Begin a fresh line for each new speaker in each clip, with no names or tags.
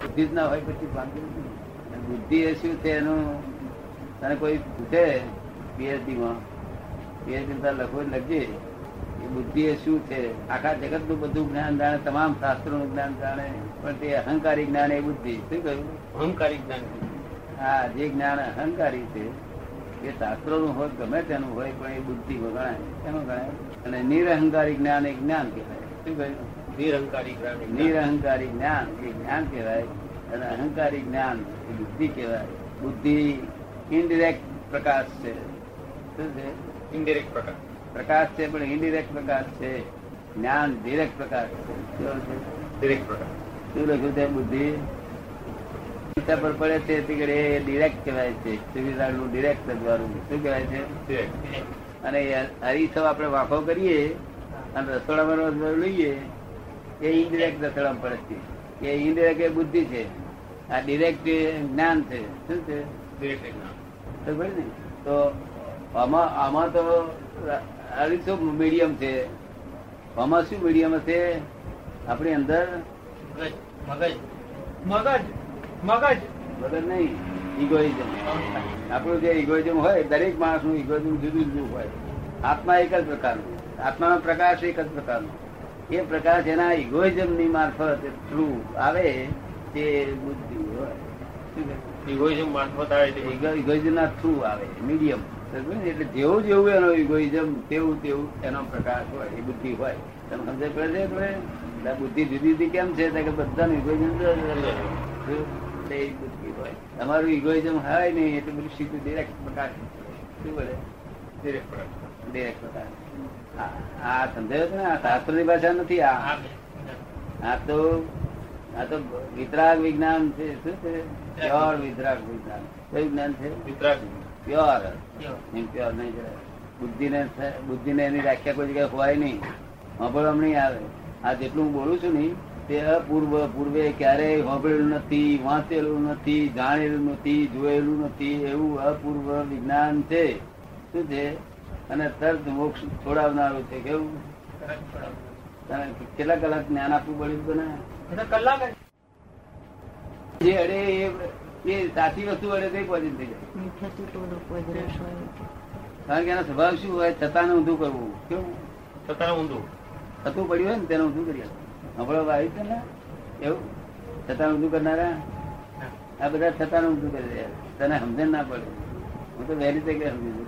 બુદ્ધિ જ ના હોય પછી ભ્રાંતિ નથી અને બુદ્ધિ એ શું છે એનું તને કોઈ પૂછે પીએચડી માં પીએચડી તારે લખવું હોય તો લખજે એ બુદ્ધિ એ શું છે આખા જગત નું બધું જ્ઞાન જાણે તમામ શાસ્ત્રો નું જ્ઞાન જાણે પણ તે અહંકારી જ્ઞાન એ બુદ્ધિ શું કહ્યું
અહંકારી જ્ઞાન
હા જે જ્ઞાન અહંકારી છે એ શાસ્ત્રો નું હોય ગમે તેનું હોય પણ એ બુદ્ધિ ગણાય એનું ગણાય અને નિરહંકારી જ્ઞાન એ જ્ઞાન કહેવાય શું કહ્યું
નિરહંકારી જ્ઞાન એ જ્ઞાન.
નિરહંકારી જ્ઞાન એ જ્ઞાન કહેવાય અને અહંકારી જ્ઞાન એ બુદ્ધિ કહેવાય બુદ્ધિ ઇનડિરેક્ટ પ્રકાશ છે શું છે
Indirect પ્રકાર
પ્રકાશ છે પણ ઇનડિરેક્ટ પ્રકાશ છે જ્ઞાન ડિરેક્ટ પ્રકાશ છે કેવો છે
Direct પ્રકાર
શું લખ્યું છે બુદ્ધિ ચિંતા પર પડે છે તે ઘડી એ ડિરેક્ટ કહેવાય છે સુવિધાનું ડિરેક્ટ લખવાનું શું કહેવાય છે
Direct.
અને હરીસવ આપણે વાંકો કરીએ અને રસોડામાં રોજ લઈએ એ ઇન્ડિરેક્ટ રસોડામાં પડે છે એ ઇન્ડિરેક્ટ એ બુદ્ધિ છે આ ડિરેક્ટ જ્ઞાન છે શું છે
Direct જ્ઞાન
ખબર ને તો આમાં આમાં તો હરીસો મીડિયમ છે આમાં શું મીડિયમ હશે આપણી અંદર
મગજ મગજ
મગજ મગજ
વગર નહીં ઇગોઇઝમ આપણું જે ઇગોઇઝમ હોય દરેક માણસનું ઇગોઇઝમ જુદું જુદું હોય આત્મા એક જ પ્રકારનું આત્માનો પ્રકાશ એક જ પ્રકારનો એ પ્રકાશ એના ઇગોઇઝમની મારફત થ્રુ આવે તે બુદ્ધિ હોય
egoism મારફત આવે તે બુદ્ધિ.
ઇગોઇઝમના થ્રુ આવે મીડિયમ એટલે જેવું જેવું એનો ઇગોઇઝમ તેવું તેવું એનો પ્રકાશ હોય એ બુદ્ધિ હોય તમે સમજ પડે છે એટલે? એટલે આ બુદ્ધિ જુદી જુદી કેમ છે તો કે બધાનું ઇગોઇઝમ એટલે એ બુદ્ધિ હોય તમારું ઇગોઇઝમ હોય નહીં એટલે બધું સીધું ડિરેક્ટ પ્રકાશ શું બોલે
Direct પ્રકાર
ડિરેક્ટ પ્રકાશ આ આ સમજાયો છે ને આ શાસ્ત્રની ભાષા નથી આ
આ બે.
આ તો આ તો વિતરાગ વિજ્ઞાન છે શું છે પ્યોર વિતરાગ વિજ્ઞાન કયું જ્ઞાન છે
વિતરાગ જ્ઞાન.
Pure
Pure.
એમ પ્યોર નહીં જરાય. બુદ્ધિને બુદ્ધિને એની વ્યાખ્યા કોઈ જગ્યાએ હોય નહીં હોંભળવામાં નહીં આવે આ જેટલું હું બોલું છું ને તે અપૂર્વ પૂર્વે ક્યારેય હોંભળેલું નથી વાંચેલું નથી જાણેલું નથી જોયેલું નથી એવું અપૂર્વ વિજ્ઞાન છે શું છે અને તરત મોક્ષ છોડાવનારું છે કેવું
તરત છોડાવો.
તને કેટલા કલાક જ્ઞાન આપવું પડ્યું તને
એ તો કલાક જ.
જે અડે એ- એ સાચી વસ્તુ અડે તે પોઝિટિવ થઈ જાય
મીઠા તૂટવાનો કોઈ દ્રશ હોય નહીં.
કારણ કે એનો સ્વભાવ શું હોય છતાં ઊંધું કરવું કેવું
છતાં ઊંધું
થતું પડ્યું હોય ને તેને ઊંધું કરી આપો હમણાં આવી છે ને એવું છતાં ઊંધું કરનારા આ બધા છતાં ઊંધું કરી રહ્યા છે. તને સમજણ ના પડે હું તો વહેલી તકે સમજી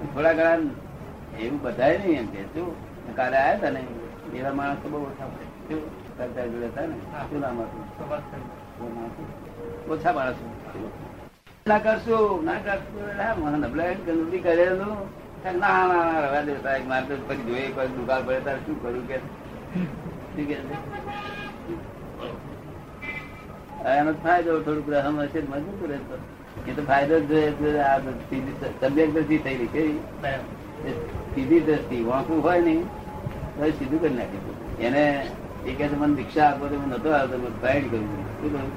છું થોડા ઘણા એવું બધાય નહીં એમ કે શું કાલે આવ્યા હતા ને એવા માણસ તો બહુ ઓછા પડે શું કરતા જોડે હતા ને શું નામ હતું
તો વાત કરી.
શું નામ હતું? ઓછા માણસો ના કરશું ના કરશું એટલે મને નબળાઈ ગંદકી કરેલું ના ના ના રવા દે સાહેબ મારે તો પછી જોઈએ કોઈ દુકાળ પડે તારે શું કર્યું કે શું કે છે? હવે એનો ફાયદો થોડુંક રકમ હશે તો મજબૂત કરે તો એ તો ફાયદો જ જોઈએ તો આ સીધી તબિયત નથી થઈ રહી કેવી
બરાબર.
એ સીધી દ્રષ્ટિ વાંકું હોય ને તો એ સીધું કરી નાખી એને એ કહે છે મને દીક્ષા આપો તો હું નતો આવતો મને પાયણ કર્યું શું કહ્યું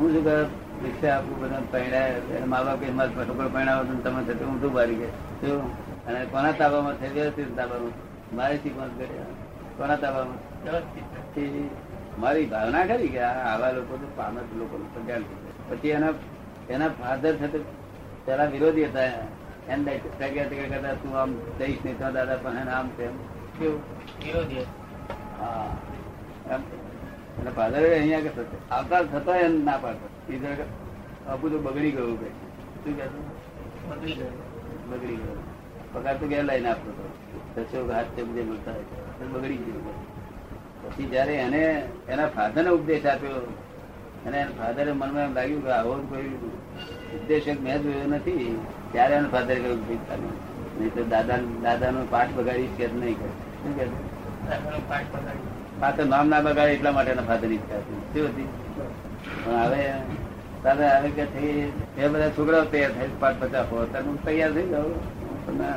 હું શું કર દીક્ષા આપું બધા પહેણાય મા બાપ કે મારા છોકરો પહેણાવો તો તમે થતો હું શું બારી ગયા શું અને કોના તાબામાં છે વ્યવસ્થિત તાબામાં મારે શીખવાનું કર્યા કોના તાબામાં
વ્યવસ્થિત.
તે મારી ભાવના કરી કે આ આવા લોકો તો પામત લોકો કલ્યાણ થઈ જાય. પછી એના એના ફાધર સાથે પેલા વિરોધી હતા એને ડાય- ટક્યા ટક્યા કરતા તું આમ દઈશ નહીં તો દાદા પણ આમ તેમ કેવું
વિરોધી હતો.
હા એમ એટલે ફાધરે અહીંયા આગળ થતો આવતા થતો એમ ના પાડતો બીજા આગળ, બાપુ તો બગડી ગયું કે શું કહેતું
બગડી ગયો.
બગડી ગયો પગાર તો ગેર લાઈને આપતો હતો છસો હાથ છે બધે મળતા હોય તો બગડી ગયો પછી જયારે એને એના ફાધરને ઉપદેશ આપ્યો અને એના ફાધરે મનમાં એમ લાગ્યું કે આવો જ કોઈ ઉપદેશક મેં જોયો નથી ત્યારે એના ફાધરે કહ્યું ઉપદેશ આપ્યો નહીં તો દાદા દાદાનો પાઠ બગાડીશ કે નહીં કરે શું કહે
દાદાનો પાઠ પતાવી.
પાછળ નામ ના બગાડે એટલા માટે એના ફાધર ઈચ્છા હતી શું હતી પણ હવે દાદા હવે કે થઈ એ બધા છોકરાઓ તૈયાર થાય પાંચ પચાસ હો ત્યારે હું તૈયાર થઈ જાઉં પણ આ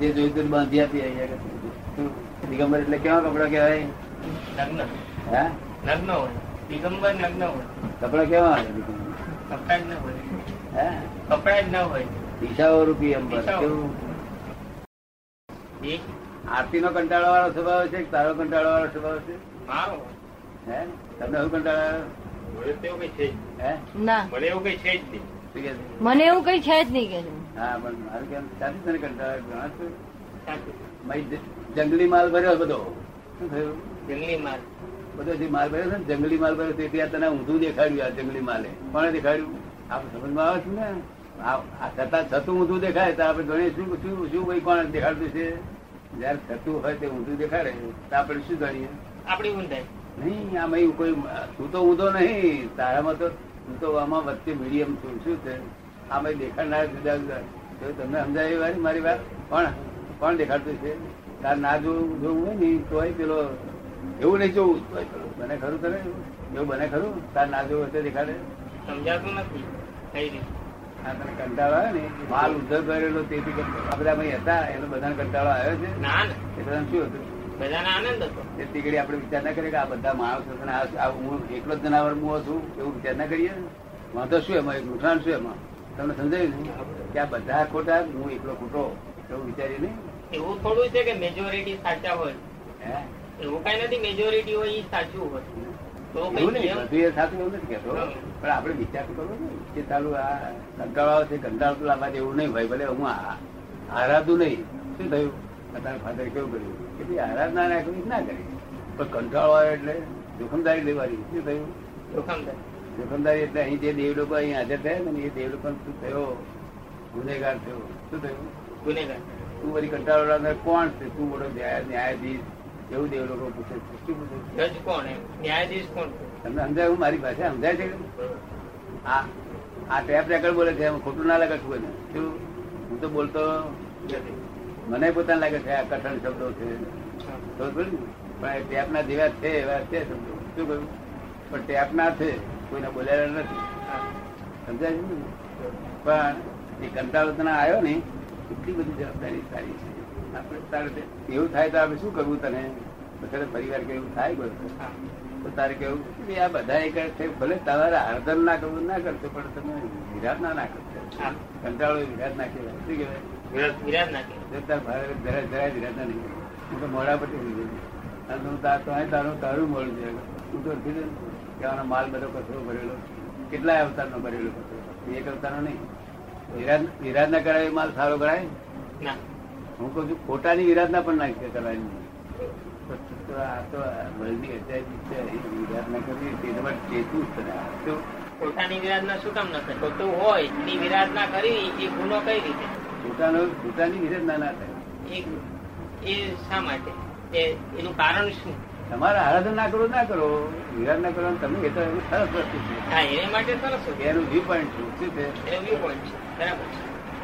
જે જોયું તે બાંધી આપી અહીંયા આગળ. શું? દિગંબર એટલે કેવા કપડા કહેવાય
નગ્ન.
હા
નગ્ન હોય. દિગંબર નગ્ન હોય.
કપડા કેવા આવે દિગંબર?
કપડાં જ ન હોય.
હા
કપડાં જ ન હોય.
દિશાઓ રૂપી અંબર
દિશાઓ.
કેવું
એ
આરતી નો કંટાળો વાળો સ્વભાવ છે કે તારો કંટાળો વાળો સ્વભાવ છે
મારો
હે તમને શું કંટાળો આવ્યો?
મને તો એવું કઈ છે જ નહીં.
હે
ના
મને એવું કઈ છે જ નહીં
શું કહે છે?
મને એવું કઈ છે જ નહીં કે છે.
હા પણ મારું કેમ સાચું તને કંટાળો આવ્યો? હા, શું?
સાચું
મારી જ- જંગલી માલ ભર્યો બધો શું થયું
જંગલી માલ
બધો જે માલ ભર્યો છે ને જંગલી માલ ભર્યો તેથી આ તને ઊંધું દેખાડ્યું આ જંગલી માલે કોણે દેખાડ્યું આપણે સમજમાં આવે છે ને આ આ છતાં છતું ઊંધું દેખાય તો આપણે ગણીએ શું શું શું ભાઈ કોણે દેખાડતું છે જયારે થતું હોય તે ઊંધું દેખાડે તો આપણે શું ગણીએ
આપડી ઊંધાઈ
નહીં આમાં એવું કોઈ તું તો ઊંધો નહીં તારામાં તો તું તો આમાં વચ્ચે મીડિયમ છું શું છે આમાં દેખાડનાર જુદા જુદા તો તમને સમજાય એ વારી મારી વાત કોણ કોણ દેખાડતું છે તાર ના જોવું જોવું હોય ને તોય પેલો એવું નહીં જોવું તોય પેલો બને ખરું કરે એવું બને ખરું તાર ના જોવું હોય તો દેખાડે
સમજાતું નથી કઈ રીતે
આ તને કંટાળો આવ્યો ને માલ ઉધર ભરેલો તેથી કંટાળો. આ બધા ભાઈ હતા એનો બધાને કંટાળો આવ્યો છે
ના ને
એ બધાને શું હતું
બધાને આનંદ હતો
તે તીકડી આપણે વિચાર ના કરીએ કે આ બધા માણસો છે ને આ- આ હું એકલો જ જનાવર હું છું એવું વિચાર ના કરીએ વાંધો શું એમાં એક નુકસાન શું એમાં તમને સમજાયું ને કે આ બધા ખોટા હું એકલો ખોટો એવું વિચારીએ નહીં
એવું થોડું છે કે મેજોરિટી સાચા હોય
હે?
એવું કઈ નથી મેજોરિટી હોય એ સાચું હોય તો
એવું
કઈ
નહીં
નિયમ
બધું એ સાચું એવું નથી કહેતો પણ આપણે વિચાર તો કરવો ને કે ચાલુ આ કંટાળો આવે છે કંટાળો તો લાવવા એવું નહીં ભાઈ ભલે હું આ- હારાતું નહીં શું થયું તારા ફાધર કેવું કર્યું કે ભાઈ હારા ના નાખ્યું એ ના કરી પણ કંટાળો આવે એટલે જોખમદારી લેવાની શું થયું
જોખમદાર
જોખમદારી એટલે અહીં જે દેવ લોકો અહીં હાજર થયા ને એ દેવ લોકો શું થયો ગુનેગાર થયો શું થયું
ગુનેગાર
તું વળી કંટાળો લાવનાર કોણ છે તું બોલો ન્યાય- ન્યાયાધીશ એવું દેવ લોકો પૂછે છે શું પૂછે છે?
જજ કોણ એમ ન્યાયાધીશ કોણ
તમને સમજાય હું મારી ભાષા સમજાય છે કે? આ આ ટેપ રેકર્ડ બોલે છે એમ ખોટું ના લાગે છું એને શું હું તો બોલતો મને પોતાને લાગે છે આ કઠણ શબ્દો છે ખબર પડી ને? પણ એ ટેપના જેવા છે એવા છે શબ્દો શું કહ્યું પણ ટેપના છે કોઈને બોલાયેલા નથી સમજાય છે ને પણ એ કંટાળો તને આવ્યો ને એટલી બધી જવાબદારી તારી છે આપણે તારે તે- એવું થાય તો આપણે શું કરવું તને પછી પરિવાર કે એવું થાય કોઈ વખત.
હા.
તો તારે કેવું કે આ બધા એક જ છે ભલે તમારે હરદન ના કરવું ના કરશો પણ તમે વિરાટ ના ના કરશો
હા.
કંટાળો એ વિરાટ ના કહેવાય શું કહેવાય
વિરાટ
વિરાજ નાખે
જો તારા ભારે જરા જરાય વિરાટ ના નહીં કહેવાય. હું તો મોડા પરથી લીધું છે. અને તું તાર તો અહીં તારું તારું મોડું છે હું તો કીધું ને કે આનો માલ બધો કચરો ભરેલો કેટલાય અવતારનો ભરેલો કચરો એક અવતારનો નહીં વિરાટ વિરાટ ના કરાય એ માલ સારો કરાય
ના
હું કહું છું ખોટાની વિરાધના પણ નાખી કરવાની તો આ તો બળની અત્યારની છે એ વિરાધના કરવી તે તમારે ચેતવું જ પડે. તો
પોતાની વિરાધના શું કામ ન કરે ખોટું હોય એની વિરાધના કરવી એ ગુનો કઈ રીતે
પોતાનો પોતાની વિરાધના ના થાય
એ એ શા માટે એ એનું કારણ શું
તમારે આરાધના ના કરો ના કરો વિરાધના કરો તમે એ તો એવું સરસ વસ્તુ
હા એ માટે સરસ હોય.
છે એનું વ્યૂ પોઈન્ટ છે શું છે
એનો વ્યૂ પોઈન્ટ છે બરાબર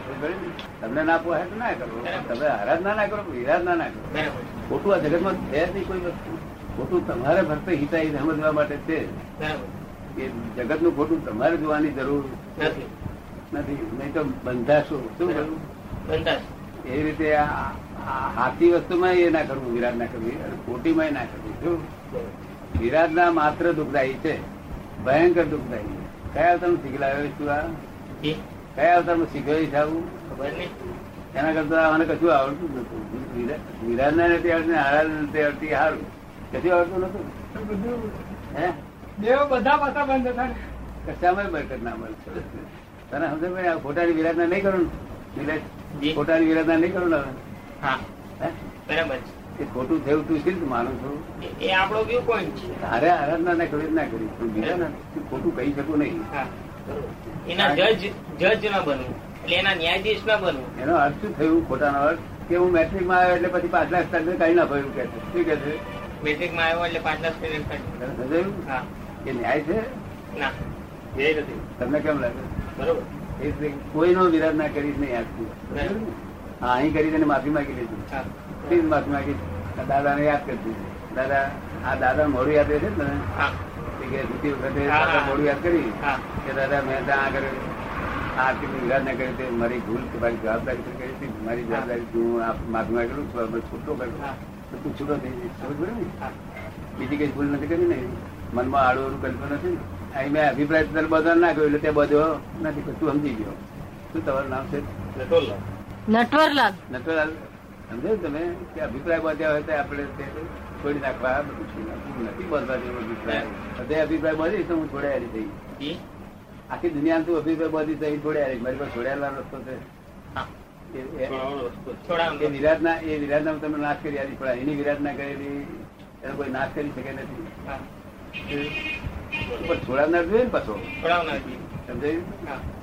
છે
બરાબર ને? તમને ના પોહાય તો ના કરો તમે આરાધના ના કરો વિરાધના ના કરો
બરાબર છે
ખોટું આ જગતમાં છે જ નહીં કોઈ વસ્તુ ખોટું તમારે ફક્ત હિતાહિત સમજવા માટે છે
બરાબર
એ જગતનું ખોટું તમારે જોવાની જરૂર
નથી
નથી નહીં તો બંધાશો શું
બરાબર.
કરવું
બંધાશ
એ રીતે આ આ હાથી વસ્તુમાં એ ના કરવું વિરાટ ના કરવી અને ખોટીમાં ના કરવી શું વિરાટના માત્ર દુઃખદાયી છે ભયંકર દુઃખદાયી છે. કયા અવતારમાં શીખલાવ્યો છું આ
એ
કયા અવતારમાં શીખવ્યું છે આવું
ખબર નહીં
એના કરતા આને કશું આવડતું જ નતું વિરાટના નથી આવડતી હારા નથી આવડતી સારું કશું આવડતું નતું હે
દેવ બધા પાસા બંધ હતા ને.
કશામાં બરકત ના મળશે તને સમજ પડી? આ ખોટાની વિરાટના નહીં કરું
જી.
ખોટાની વિરાટના નહીં કરું ને હવે?
હા
હે
બરાબર
એ ખોટું થયું તું શી રીતે માનું છું
છે એ- એ આપણો વ્યૂ પોઈન્ટ છે
તારે આરાધના ના કરી ના કરી પણ બીજાને તું ખોટું કહી શકું નહીં
હા એના જજ જજ ન બનવું એટલે એના ન્યાયાધીશ ન બનવું
એનો અર્થ શું થયું ખોટાનો અર્થ કે હું મેટ્રિકમાં આવ્યો એટલે પછી પાછલા સ્તરને કઈ ના ભર્યું કે છે. શું કે છે
મેટ્રિકમાં આવ્યો એટલે પાંચ લાખ પેરેન્ટ કાઢ્યું
તને સમજાયું
હા
એ ન્યાય છે
ના
ધ્યેય નથી
તમને કેમ લાગે
બરોબર
એ રીતે કોઈનો વિરાધ ના કરીશ નહીં આજથી
બરાબર.
હા અહીં કરી તેને માફી માંગી લીધી
હા
પ્લીઝ માફી માંગી આ દાદાને યાદ કરજો દાદા આ દાદા મોડું યાદ રહે છે ને તને?
હા
એ કે બીજી વખતે
હા.
દાદા મોડું યાદ કરી
હા
કે દાદા મેં ત્યાં આગળ આ આરતીનું વિરાજ ના કરી તે મારી ભૂલ કે મારી જવાબદારી તો કરી હતી. મારી જવાબદારી તો હું આપ- માફી માંગેલું છું હવે છૂટો કરું
હા.
તો તું છૂટો થઈ જઈશ. સમજ પડી ને?
હા
બીજી કઈ ભૂલ નથી કરી ને મનમાં આડું અડું કલ્પના નથી ને અહીં મેં અભિપ્રાય તને બધો ના કર્યો એટલે તે બધો નથી પણ તું સમજી ગયો શું તમારું નામ છે
નટોલ
નટવરલાલ
નટવરલાલ સમજાયું તમે કે અભિપ્રાય બધ્યા હોય તો આપણે તે છોડી નાખવા આ બધું છોડી નાખવું. નથી બોલવા જેવો અભિપ્રાય બધે અભિપ્રાય બોલી તો હું થોડે હારી થઈ
જી
આખી દુનિયા તું અભિપ્રાય બોલી થઈ થોડે હારી મારી પાસે છોડેલા રસ્તો છે
હા
એ- એ-
છોડવાનો રસ્તો છે.
એ
છોડાવ
વિરાટના એ વિરાટના તમે નાશ કરી આલી પણ એની વિરાટના કરેલી એનો કોઈ નાશ કરી શકે નથી
હા
પણ છોડાવનાર જોઈએ ને પાછો
છોડાવનાર જી
સમજાયું
હા